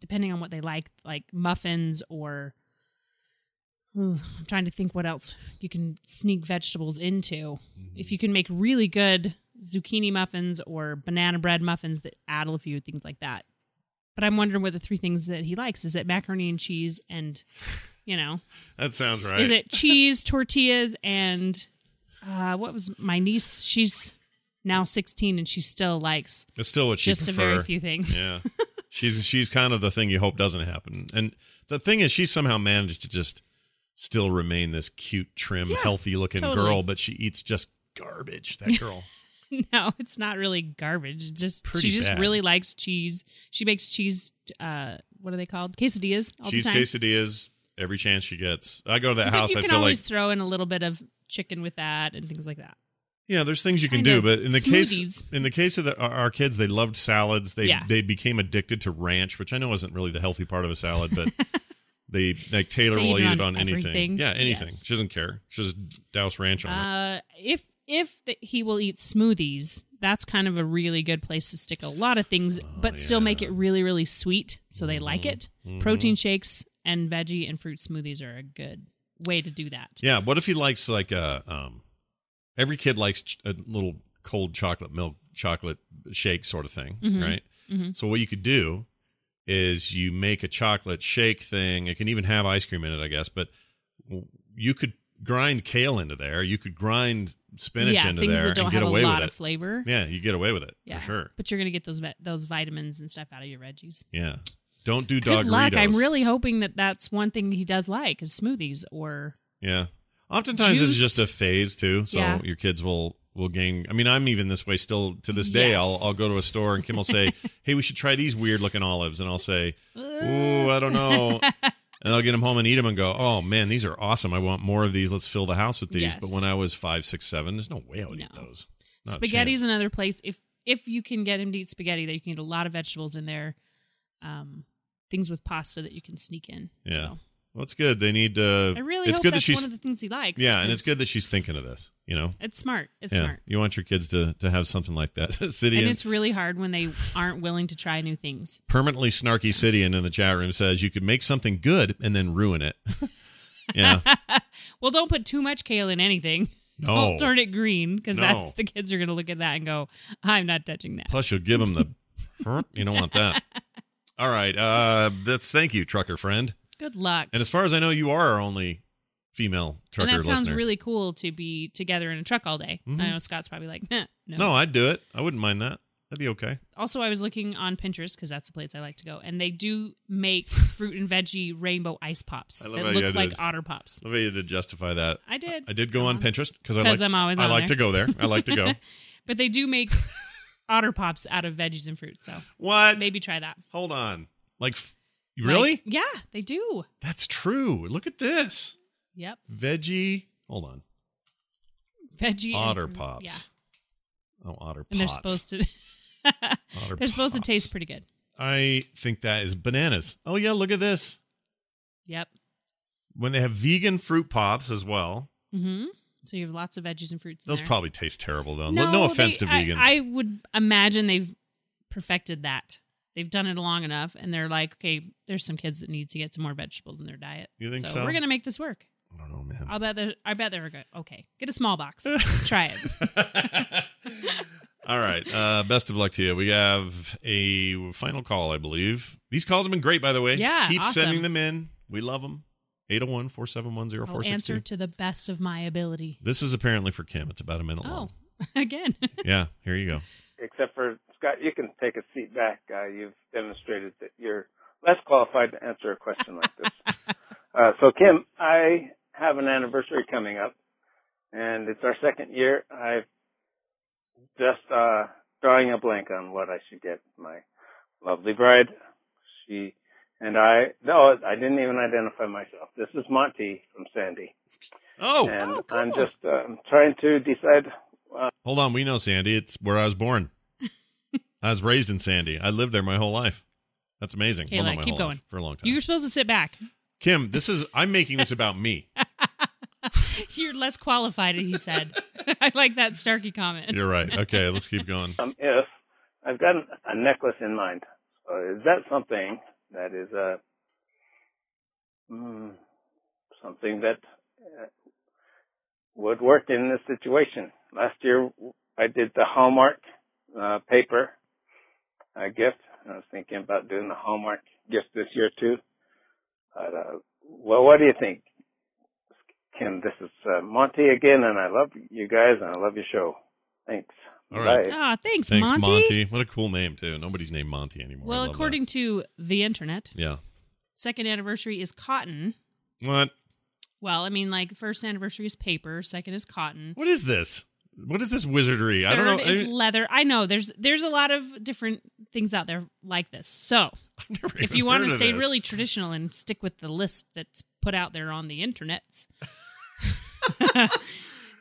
S2: depending on what they like, like muffins or Ooh, I'm trying to think what else you can sneak vegetables into. If you can make really good zucchini muffins or banana bread muffins that add a few things like that. But I'm wondering what the three things that he likes is it macaroni and cheese and you know
S1: that sounds right.
S2: is it cheese, tortillas, and uh, what was my niece? She's now 16 and she still likes
S1: It's still what she
S2: just
S1: prefer.
S2: a very few things.
S1: Yeah. she's she's kind of the thing you hope doesn't happen. And the thing is she somehow managed to just still remain this cute, trim,
S2: Yeah,
S1: healthy looking
S2: totally.
S1: girl, but she eats just garbage, that girl.
S2: no, it's not really garbage. It's Just
S1: Pretty
S2: she just
S1: bad.
S2: really likes cheese. She makes cheese. Uh, what are they called? Quesadillas all
S1: She's
S2: the time.
S1: quesadillas every chance she gets. I go to that
S2: But
S1: house,
S2: you
S1: I
S2: can
S1: feel like
S2: always throw in a little bit of chicken with that and things like that.
S1: Yeah, there's things you can
S2: Kinda
S1: do, but in the case
S2: smoothies.
S1: in the case of the, our- our kids, they loved salads. They
S2: Yeah.
S1: they became addicted to ranch, which I know isn't really the healthy part of a salad, but they like Taylor
S2: They
S1: will
S2: eat
S1: eat
S2: it
S1: it on
S2: on
S1: anything.
S2: everything.
S1: Yeah, anything.
S2: Yes.
S1: She doesn't care. She just douse ranch on it.
S2: Uh, if if the, he will eat smoothies, that's kind of a really good place to stick a lot of things,
S1: Oh,
S2: but still make it really really sweet, so they
S1: Mm-hmm.
S2: like it. Protein shakes and veggie and fruit smoothies are a good way to do that.
S1: Yeah. What if he likes like uh um every kid likes ch- a little cold chocolate milk chocolate shake sort of thing,
S2: Mhm.
S1: right?
S2: Mhm.
S1: So what you could do is you make a chocolate shake thing. It can even have ice cream in it, I guess, but w- you could grind kale into there. You could grind spinach
S2: yeah,
S1: into
S2: things
S1: there
S2: that don't
S1: and get
S2: have
S1: away
S2: a lot
S1: with
S2: of flavor.
S1: it. Yeah, you get away with it
S2: Yeah.
S1: for sure.
S2: But you're gonna get those vi- those vitamins and stuff out of your veggies.
S1: Yeah. Don't do
S2: Good
S1: dog
S2: luck. I'm really hoping that that's one thing he does like is smoothies or
S1: Yeah. Oftentimes it's
S2: Juice.
S1: just a phase too. So
S2: Yeah.
S1: your kids will will gain I mean, I'm even this way still to this day. I'll
S2: Yes.
S1: I'll go to a store and Kim will say, Hey, we should try these weird looking olives and I'll say, Ooh, I don't know. And I'll get them home and eat them and go, oh man, these are awesome. I want more of these. Let's fill the house with these.
S2: Yes.
S1: But when I was five, six, seven, there's no way I would eat
S2: No.
S1: those. Not a
S2: Spaghetti's
S1: chance.
S2: another place. If if you can get him to eat spaghetti, that you can eat a lot of vegetables in there. Um, things with pasta that you can sneak in.
S1: Yeah.
S2: So,
S1: Well, it's good. They need to.
S2: I really
S1: it's
S2: hope
S1: good that
S2: that's
S1: she's.
S2: one of the things he likes.
S1: yeah, and it's
S2: 'cause
S1: good that she's thinking of this. You know,
S2: It's smart. It's
S1: yeah,
S2: smart.
S1: you want your kids to to have something like that. City
S2: And
S1: in-
S2: it's really hard when they aren't willing to try new things.
S1: permanently snarky Sidian in the chat room says you could make something good and then ruin it. yeah.
S2: well, don't put too much kale in anything.
S1: No.
S2: Don't turn it green because
S1: Oh. No.
S2: that's the kids are going to look at that and go, "I'm not touching that."
S1: Plus you'll give them the you don't want that. All right. Uh that's thank you, trucker friend.
S2: Good luck.
S1: And as far as I know, you are our only female
S2: And
S1: trucker
S2: that sounds
S1: listener.
S2: really cool to be together in a truck all day.
S1: Mhm.
S2: I know Scott's probably like, "Nah, "No,
S1: no, I'd do it. I wouldn't mind that. That'd be okay.
S2: also I was looking on Pinterest because that's the place I like to go, and they do make fruit and veggie rainbow ice pops
S1: I
S2: that
S1: love how you
S2: look
S1: did
S2: like
S1: it.
S2: otter pops.
S1: Let me to justify that.
S2: I did, Um,
S1: I did go on Pinterest because I
S2: 'Cause
S1: like
S2: I'm always
S1: I
S2: on
S1: like
S2: there.
S1: to go there. I like to go.
S2: but they do make otter pops out of veggies and fruit. So
S1: what?
S2: maybe try that.
S1: Hold on. Like f- really?
S2: Like- yeah, they do.
S1: That's true. Look at this.
S2: Yep,
S1: Veggie. Hold on.
S2: veggie and
S1: otter
S2: fruit.
S1: pops.
S2: Yeah,
S1: Oh, otter pops.
S2: and they're supposed to.
S1: Otter
S2: they're supposed to
S1: pops.
S2: taste pretty good.
S1: I think that is bananas. Oh yeah, look at this.
S2: Yep.
S1: When they have vegan fruit pops as well,
S2: Mm-hmm. So you have lots of veggies and fruits. in
S1: those
S2: there.
S1: probably taste terrible though. Uh, No, offense
S2: they-
S1: to
S2: I-
S1: vegans.
S2: I, would imagine they've perfected that. They've done it long enough, and they're like, okay, there's some kids that need to get some more vegetables in their diet.
S1: You think so?
S2: We're gonna make this work.
S1: I don't know, man.
S2: I'll bet. they're- I bet they're good. Okay, get a small box. Try it.
S1: All right. Uh, best of luck to you. We have a final call, I believe. These calls have been great, by the way.
S2: Yeah,
S1: Keep
S2: awesome.
S1: sending them in. We love oh them. 801 471
S2: I'll answer
S1: 0462.
S2: to the best of my ability.
S1: This is apparently for Kim. It's about a minute long.
S2: Oh, again.
S1: Yeah, here you go.
S6: except for Scott, you can take a seat back. Uh, you've demonstrated that you're less qualified to answer a question like this. Uh, so, Kim, I have an anniversary coming up, and it's our second year. I'm just uh, drawing a blank on what I should get my lovely bride. She and I, no, I didn't even identify myself. This is Monty from Sandy.
S1: Oh,
S6: and
S2: oh,
S6: I'm
S2: cool.
S6: just um, trying to decide.
S1: hold on. We know Sandy. It's where I was born. I was raised in Sandy. I lived there my whole life. That's amazing.
S2: Okay,
S1: Well, not
S2: like,
S1: my
S2: keep
S1: whole
S2: going.
S1: life, for a long time.
S2: You're supposed to sit back.
S1: Kim, this is. I'm making this about me.
S2: You're less qualified, he said. I like that Starkey comment.
S1: You're right. Okay, let's keep going.
S6: Um, if I've got a necklace in mind, so is that something that is uh, mm, something that uh, would work in this situation? Last year, I did the Hallmark uh, paper uh, gift, and I was thinking about doing the Hallmark gift this year too. But uh, well, what do you think, Kim? This is uh, Monty again, and I love you guys, and I love your show. Thanks.
S1: All right.
S6: Bye.
S2: Ah, thanks,
S1: Thanks,
S2: Monty.
S1: Monty. What a cool name too. Nobody's named Monty anymore. I
S2: Well,
S1: love that.
S2: according to the internet,
S1: yeah.
S2: second anniversary is cotton.
S1: What?
S2: Well, I mean, like first anniversary is paper, second is cotton,
S1: What is this? What is this wizardry?
S2: third
S1: I don't know.
S2: is
S1: I,
S2: leather. I know there's there's a lot of different things out there like this. So
S1: I've never
S2: if
S1: even
S2: you want
S1: heard
S2: to
S1: of
S2: stay
S1: this.
S2: really traditional and stick with the list that's put out there on the internets,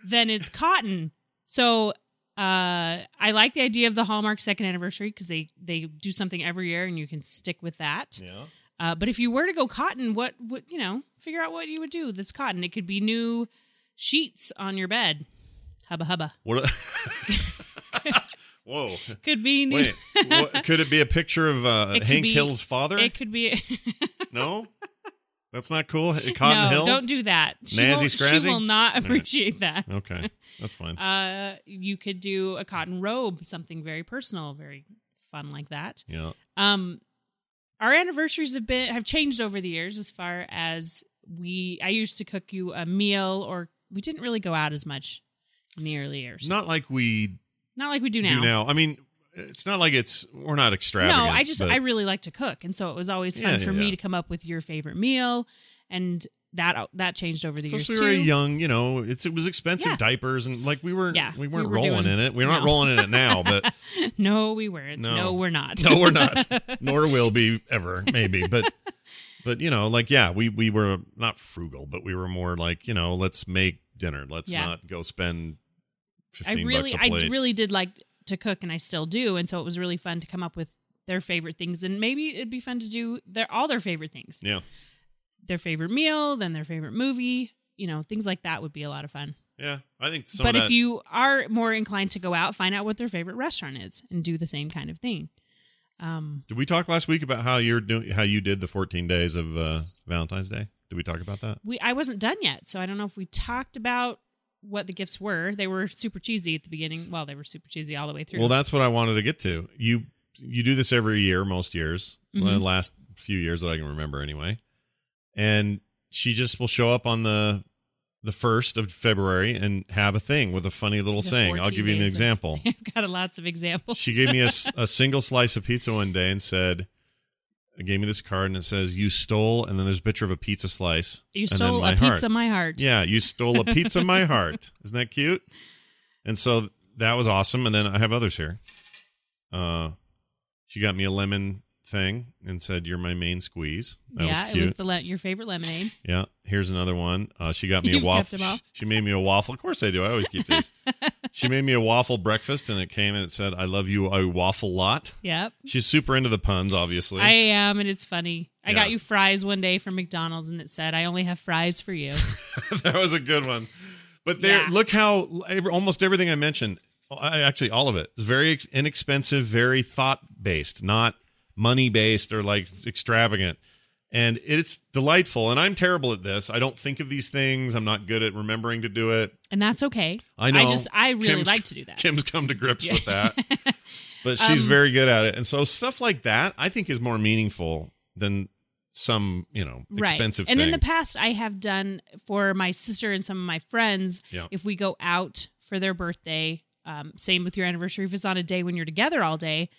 S2: then it's cotton. So uh, I like the idea of the Hallmark second anniversary because they they do something every year and you can stick with that.
S1: yeah.
S2: Uh, but if you were to go cotton, what would you know? Figure out what you would do. That's cotton. It could be new sheets on your bed. Hubba hubba.
S1: What? a- Whoa.
S2: Could be new.
S1: Wait. What, could it be a picture of uh,
S2: It could
S1: Hank
S2: be-
S1: Hill's father?
S2: It could be.
S1: no. That's not cool. Cotton
S2: no,
S1: Hill.
S2: don't do that. She
S1: Nazi
S2: won't-
S1: Scrazzy?
S2: She will not
S1: right.
S2: appreciate that.
S1: Okay, that's fine.
S2: Uh, you could do a cotton robe, something very personal, very fun like that.
S1: yeah.
S2: Um, our anniversaries have been have changed over the years as far as we. I used to cook you a meal, or we didn't really go out as much in the early years.
S1: Not like we
S2: Not like we do
S1: do
S2: now.
S1: now. I mean, it's not like it's we're not extravagant.
S2: no, I just
S1: but-
S2: I really like to cook, and so it was always fun
S1: Yeah, yeah,
S2: for
S1: yeah.
S2: me to come up with your favorite meal, and that that changed over the
S1: Plus,
S2: years
S1: we
S2: too.
S1: were young, you know, it's it was expensive
S2: Yeah.
S1: diapers and like we weren't
S2: Yeah, we
S1: we weren't
S2: were
S1: rolling
S2: doing-
S1: in it. We're not
S2: no.
S1: rolling in it now, but
S2: no, we weren't.
S1: No.
S2: No, we're not.
S1: no, we're not. Nor will be ever, maybe. But but you know, like yeah, we we were not frugal, but we were more like you know, let's make dinner. Let's
S2: Yeah.
S1: not go spend
S2: I
S1: fifteen
S2: really,
S1: bucks a
S2: I
S1: plate.
S2: really did like to cook, and I still do, and so it was really fun to come up with their favorite things, and maybe it'd be fun to do their all their favorite things.
S1: Yeah.
S2: their favorite meal, then their favorite movie. You know, things like that would be a lot of fun.
S1: yeah, I think some
S2: but
S1: of
S2: if
S1: that-
S2: you are more inclined to go out, find out what their favorite restaurant is, and do the same kind of thing. Um,
S1: Did we talk last week about how you're doing how you did the 14 days of uh, Valentine's Day? Did we talk about that?
S2: we I wasn't done yet, so I don't know if we talked about what the gifts were. They were super cheesy at the beginning. Well, they were super cheesy all the way through.
S1: Well, that's what I wanted to get to. You you do this every year, most years, the
S2: Mhm.
S1: last few years that I can remember anyway. And she just will show up on the the first of February and have a thing with a funny little
S2: The
S1: saying. I'll
S2: 14
S1: give you an
S2: days of-
S1: example.
S2: I've got lots of examples.
S1: she gave me a, s- a single slice of pizza one day and said, gave me this card and it says, "You stole," and then there's a picture of a pizza slice.
S2: you
S1: and then
S2: stole a
S1: my heart.
S2: pizza, my heart.
S1: Yeah, you stole a pizza my heart. Isn't that cute? And so that was awesome. And then I have others here. Uh, she got me a lemon thing and said, "You're my main squeeze." That
S2: yeah,
S1: was
S2: it
S1: cute.
S2: was the le- your favorite lemonade.
S1: yeah, here's another one. Uh, she got me
S2: You've
S1: a
S2: kept
S1: waffle.
S2: them all.
S1: She made me a waffle. Of course I do. I always keep these. she made me a waffle breakfast, and it came and it said, "I love you, I waffle lot."
S2: Yep,
S1: She's super into the puns, obviously.
S2: I am, and it's funny. I
S1: Yeah.
S2: got you fries one day from McDonald's, and it said, "I only have fries for you."
S1: that was a good one. But there,
S2: Yeah.
S1: look how ev- almost everything I mentioned, oh, I, actually all of it, is very ex- inexpensive, very thought based, not money based or like extravagant. And it's delightful. And I'm terrible at this. I don't think of these things. I'm not good at remembering to do it.
S2: and that's okay.
S1: I know.
S2: I just I really
S1: Kim's-
S2: like to do that.
S1: Kim's come to grips
S2: Yeah.
S1: with that, but she's
S2: Um,
S1: very good at it. And so stuff like that, I think, is more meaningful than some, you know, expensive
S2: And
S1: thing.
S2: in the past, I have done for my sister and some of my friends.
S1: Yeah.
S2: If we go out for their birthday, um, same with your anniversary. If it's on a day when you're together all day,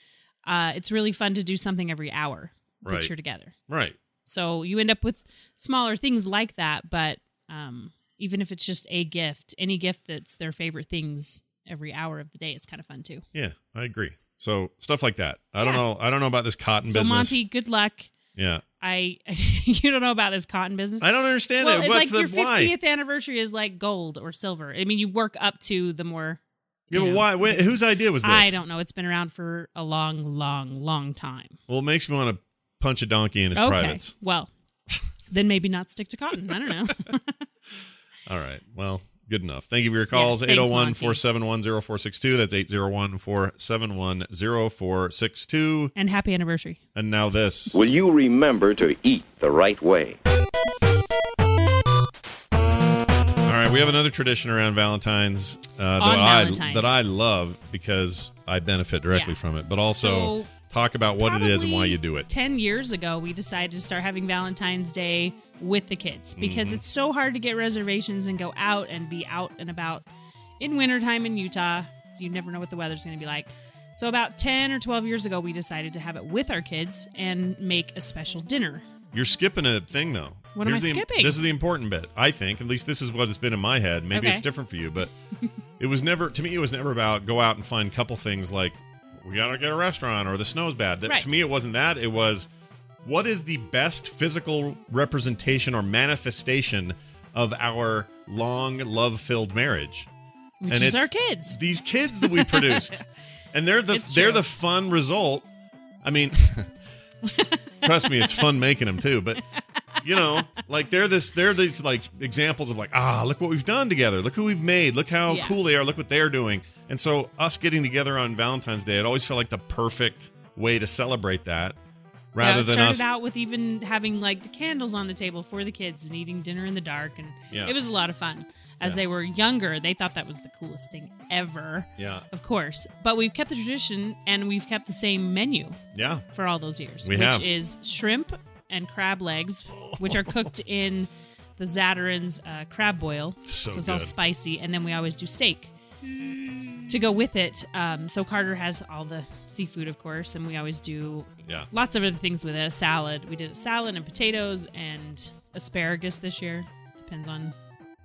S2: uh, it's really fun to do something every hour that
S1: Right.
S2: you're together.
S1: right.
S2: So you end up with smaller things like that. But um, even if it's just a gift, any gift that's their favorite things every hour of the day, it's kind of fun too.
S1: Yeah, I agree. So stuff like that. I don't
S2: Yeah.
S1: know. I don't know about this cotton
S2: So
S1: business.
S2: Monty, good luck.
S1: yeah,
S2: I you don't know about this cotton business.
S1: I don't understand
S2: well,
S1: it.
S2: it's
S1: What's
S2: like
S1: the
S2: your
S1: why?
S2: fiftieth anniversary is like gold or silver. I mean, you work up to the more.
S1: yeah,
S2: you
S1: but
S2: know.
S1: why? Wait, whose idea was this?
S2: I don't know. It's been around for a long, long, long time.
S1: Well, it makes me want to punch a donkey in his
S2: okay.
S1: privates.
S2: Well, then maybe not stick to cotton. I don't know.
S1: All right. Well, good enough. Thank you for your
S2: Yes,
S1: calls.
S2: thanks,
S1: 801 471 0462. That's 801 471 0462.
S2: and happy anniversary.
S1: And now this.
S7: Will you remember to eat the right way?
S1: All right. We have another tradition around Valentine's, uh, that,
S2: On
S1: I,
S2: Valentine's.
S1: that I love because I benefit directly
S2: Yeah.
S1: from it, but also
S2: So,
S1: talk about what it is and why
S2: Probably
S1: you do it.
S2: Ten years ago, we decided to start having Valentine's Day with the kids because
S1: Mm-hmm.
S2: it's so hard to get reservations and go out and be out and about in wintertime in Utah. So you never know what the weather's going to be like. So about ten or twelve years ago, we decided to have it with our kids and make a special dinner.
S1: You're skipping a thing, though.
S2: What am I
S1: the,
S2: skipping?
S1: This is the important bit, I think. At least this is what it's been in my head. Maybe
S2: Okay.
S1: it's different for you, but it was never, to me, it was never about go out and find couple things like we got to get a restaurant or the snow's bad. That,
S2: Right.
S1: To me, it wasn't that. It was what is the best physical representation or manifestation of our long, love filled marriage?
S2: Which
S1: and
S2: is
S1: it's
S2: our kids.
S1: These kids that we produced, and they're the
S2: It's
S1: they're
S2: true.
S1: the fun result. I mean, trust me, it's fun making them too. But you know, like they're this they're these like examples of like ah, look what we've done together. Look who we've made. Look how
S2: Yeah.
S1: cool they are. Look what they're doing. And so us getting together on Valentine's Day, it always felt like the perfect way to celebrate that, rather
S2: yeah, it
S1: than
S2: started
S1: us.
S2: out with even having like the candles on the table for the kids and eating dinner in the dark, and
S1: Yeah.
S2: it was a lot of fun. As
S1: Yeah.
S2: they were younger, they thought that was the coolest thing ever.
S1: yeah,
S2: Of course. But we've kept the tradition and we've kept the same menu
S1: yeah,
S2: for all those years,
S1: We
S2: which
S1: have.
S2: is shrimp and crab legs, which are cooked in the Zatarain's uh, crab boil.
S1: So
S2: it's all
S1: good.
S2: spicy. And then we always do steak to go with it. Um, so Carter has all the seafood, of course, and we always do
S1: yeah.
S2: lots of other things with it. A salad. We did a salad and potatoes and asparagus this year. Depends on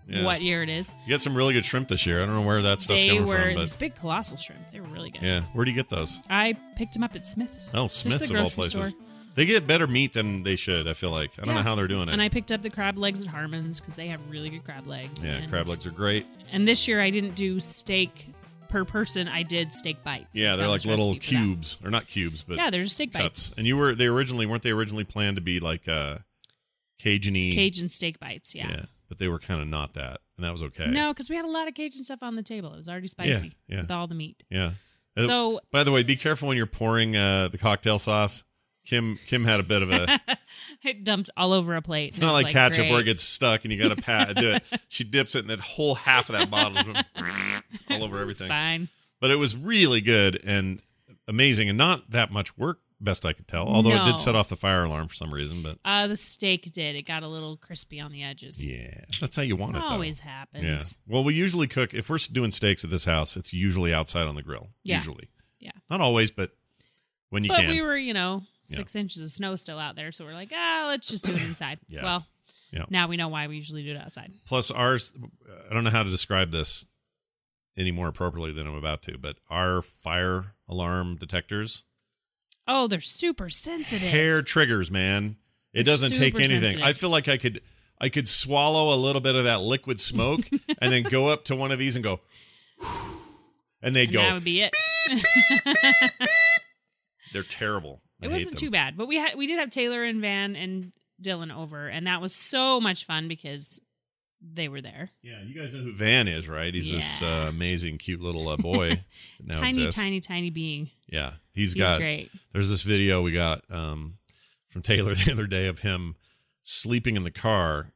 S1: Yeah.
S2: what year it is.
S1: You got some really good shrimp this year. I don't know where that stuff's
S2: they
S1: coming
S2: were
S1: from,
S2: these
S1: but
S2: big colossal shrimp. They were really good.
S1: yeah, where do you get those?
S2: I picked him up at Smith's.
S1: Oh,
S2: Just
S1: Smith's
S2: the
S1: of all
S2: grocery
S1: places.
S2: store.
S1: They get better meat than they should. I feel like I don't know
S2: Yeah.
S1: how they're doing it.
S2: And I picked up the crab legs at Harmon's because they have really good crab legs.
S1: yeah,
S2: and,
S1: crab legs are great.
S2: And this year I didn't do steak per person. I did steak bites.
S1: Yeah,
S2: That
S1: they're like
S2: was the
S1: little
S2: recipe for that.
S1: cubes, or not cubes, but
S2: Yeah, they're just steak bites.
S1: cuts. And you were they originally weren't they originally planned to be like uh, Cajun-y?
S2: Cajun steak bites. Yeah.
S1: but they were kind of not that, and that was okay.
S2: No, because we had a lot of Cajun stuff on the table. It was already spicy
S1: yeah.
S2: with all the meat.
S1: yeah. Uh,
S2: So
S1: by the way, be careful when you're pouring uh, the cocktail sauce. Kim Kim had a bit of a.
S2: it dumped all over a plate.
S1: It's
S2: and I
S1: not
S2: was
S1: like, ketchup
S2: great.
S1: where it gets stuck and you got to pat do it. She dips it, and that whole half of that bottle is all over
S2: It's
S1: everything.
S2: fine.
S1: but it was really good and amazing and not that much work best i could tell although it
S2: No.
S1: did set off the fire alarm for some reason but
S2: Uh, the steak did. It got a little crispy on the edges.
S1: yeah that's how you want it though.
S2: Always
S1: yeah
S2: happens.
S1: well we usually cook if we're doing steaks at this house it's usually outside on the grill
S2: Yeah.
S1: usually
S2: Yeah.
S1: not always but when you
S2: but
S1: can
S2: we were, you know,
S1: Yeah.
S2: six inches of snow still out there, so we're like, ah, let's just do it inside.
S1: Yeah.
S2: Well,
S1: Yeah.
S2: now we know why we usually do it outside.
S1: plus ours i don't know how to describe this any more appropriately than i'm about to but our fire alarm detectors
S2: Oh, they're super sensitive.
S1: hair triggers, man.
S2: They're
S1: It doesn't take
S2: super
S1: anything.
S2: sensitive.
S1: I feel like I could I could swallow a little bit of that liquid smoke and then go up to one of these and go and they'd
S2: and
S1: go
S2: that would be it.
S1: they're terrible. I
S2: it
S1: hate
S2: wasn't
S1: them.
S2: too bad, but we had we did have Taylor and Van and Dylan over, and that was so much fun because they were there.
S1: Yeah, you guys know who Van is, right? He's this
S2: Yeah.
S1: uh, amazing cute little uh, boy that now
S2: tiny,
S1: exists.
S2: tiny, tiny being.
S1: Yeah. He's
S2: He's
S1: got
S2: great.
S1: there's this video we got um, from Taylor the other day of him sleeping in the car,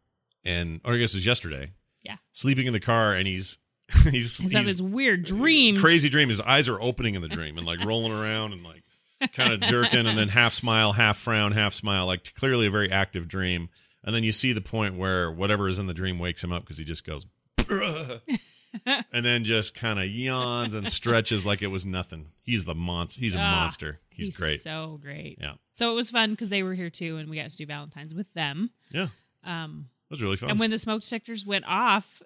S1: and or I guess it was yesterday.
S2: Yeah.
S1: sleeping in the car, and he's he's
S2: He's having
S1: he's-
S2: his weird dreams.
S1: crazy dream. His eyes are opening in the dream and like rolling around and like kind of jerking, and then half smile, half frown, half smile. Like clearly a very active dream. And then you see the point where whatever is in the dream wakes him up because he just goes. "Bruh," and then just kind of yawns and stretches like it was nothing. He's the monster. He's a
S2: Ah,
S1: monster. He's, great.
S2: So great.
S1: Yeah.
S2: So it was fun because they were here too, and we got to do Valentine's with them.
S1: Yeah.
S2: Um,
S1: That was really fun.
S2: And when the smoke detectors went off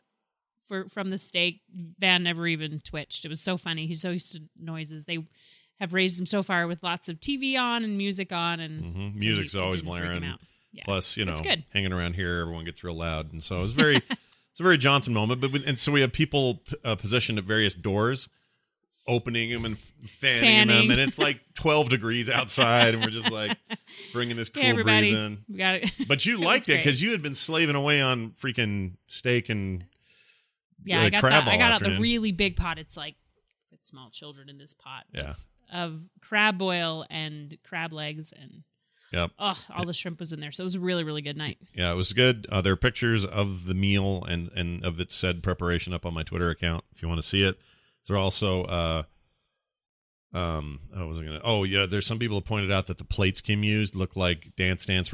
S2: for from the steak, Van never even twitched. It was so funny. He's so used to noises. They have raised him so far with lots of TV on and music on, and
S1: Mhm.
S2: so he-
S1: Music's
S2: it
S1: always
S2: didn't freak him
S1: blaring.
S2: out. Yeah.
S1: Plus, you know,
S2: That's good.
S1: hanging around here, everyone gets real loud, and so it was very, it's a very Johnson moment. But we, and so we have people uh, positioned at various doors, opening them and f- fanning,
S2: Fanning.
S1: them, and it's like twelve degrees outside, and we're just like bringing this cool
S2: okay, everybody,
S1: breeze in.
S2: we got it.
S1: But you
S2: It was
S1: liked it
S2: great.
S1: because you had been slaving away on freaking steak and
S2: yeah,
S1: uh,
S2: I got
S1: crab
S2: that. I
S1: all
S2: got out
S1: afternoon.
S2: the really big pot. It's like it's small children in this pot.
S1: Yeah.
S2: Of crab boil and crab legs and
S1: Yep.
S2: oh, all the shrimp was in there, so it was a really really good night.
S1: Yeah, it was good. Uh, there are pictures of the meal and and of its said preparation up on my Twitter account if you want to see it. There are also uh um I wasn't gonna oh yeah, there's some people who pointed out that the plates Kim used look like Dance Dance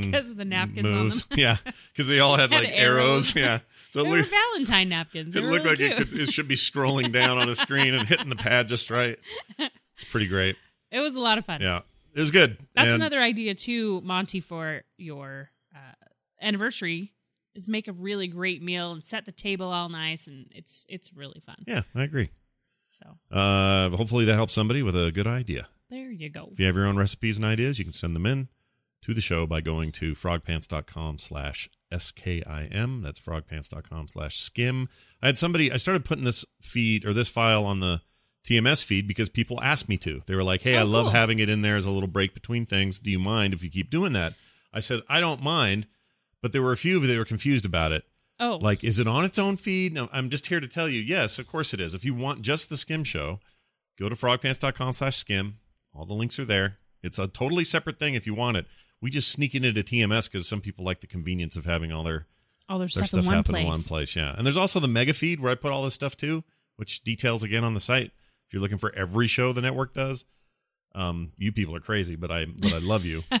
S2: Because of the napkins on
S1: moves. yeah. Because they all had,
S2: Had
S1: like
S2: arrows.
S1: arrows. Yeah. So
S2: They
S1: it
S2: were
S1: looked
S2: Valentine napkins.
S1: it
S2: They were
S1: looked
S2: really
S1: like
S2: cute.
S1: it could it should be scrolling down on a screen and hitting the pad just right. It's pretty great.
S2: It was a lot of fun.
S1: Yeah. It was good.
S2: That's
S1: And-
S2: another idea too, Monty, for your uh, anniversary is make a really great meal and set the table all nice, and it's it's really fun.
S1: Yeah, I agree.
S2: So
S1: Uh hopefully that helps somebody with a good idea.
S2: there you go.
S1: If you have your own recipes and ideas, you can send them in to the show by going to frogpants.com slash S-K-I-M. That's frogpants.com slash skim. I had somebody, I started putting this feed or this file on the TMS feed because people asked me to. They were like, hey,
S2: Oh,
S1: I love
S2: cool.
S1: having it in there as a little break between things. Do you mind if you keep doing that? I said, I don't mind. But there were a few of you that were confused about it.
S2: Oh,
S1: Like, is it on its own feed? No, I'm just here to tell you, yes, of course it is. If you want just the skim show, go to frogpants.com slash skim. All the links are there. It's a totally separate thing if you want it. We just sneak it into TMS because some people like the convenience of having all their,
S2: all their,
S1: their
S2: oh, stuff, in one
S1: happen
S2: place.
S1: in one place. Yeah. And there's also the mega feed where I put all this stuff too, which details again on the site. If you're looking for every show the network does, um, you people are crazy, but I but I love you.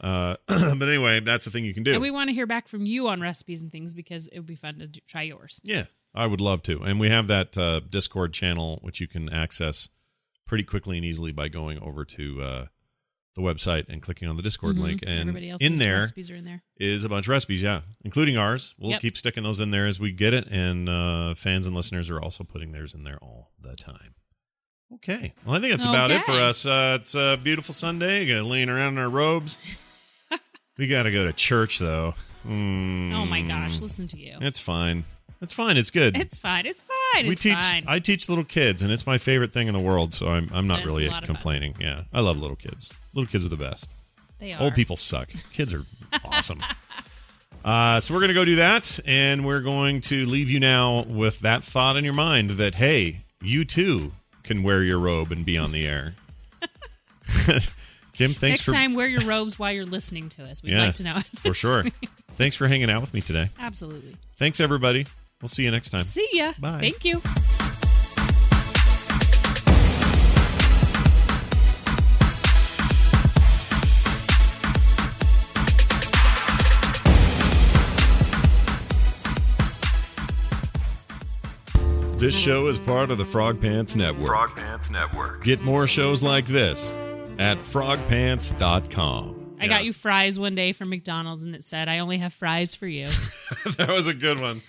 S1: uh, but anyway, that's the thing you can do.
S2: and we want to hear back from you on recipes and things because it would be fun to do, try yours.
S1: Yeah, I would love to. And we have that uh, Discord channel, which you can access pretty quickly and easily by going over to uh, the website and clicking on the Discord
S2: Mhm.
S1: link. And
S2: Everybody else's
S1: in there is
S2: recipes are in there.
S1: a bunch of recipes, yeah, including ours. We'll
S2: Yep.
S1: keep sticking those in there as we get it. And uh, fans and listeners are also putting theirs in there all the time. Okay. Well, I think that's about it for
S2: Okay.
S1: us. Uh, it's a beautiful Sunday. Gonna laying around in our robes. we got to go to church, though. Mm.
S2: Oh my gosh, listen to you.
S1: It's fine. It's fine. It's good
S2: It's fine. It's fine.
S1: we
S2: it's
S1: teach
S2: fine.
S1: I teach little kids and it's my favorite thing in the world, so I'm I'm not
S2: That's
S1: really
S2: a lot of fun.
S1: complaining. Yeah. I love little kids. Little kids are the best.
S2: they are.
S1: Old people suck. Kids are awesome. Uh, so we're gonna go do that, and we're going to leave you now with that thought in your mind that hey, you too can wear your robe and be on the air. Kim, thanks
S2: Next
S1: for
S2: time, wear your robes while you're listening to us. We'd
S1: Yeah,
S2: like to know.
S1: for sure. Thanks for hanging out with me today.
S2: Absolutely.
S1: Thanks everybody. We'll see you next time.
S2: See ya.
S1: Bye.
S2: Thank you.
S1: This show is part of the Frog Pants Network.
S8: Frog Pants Network.
S1: Get more shows like this at frogpants.com.
S2: I got you fries one day from McDonald's, and it said, "I only have fries for you."
S1: that was a good one.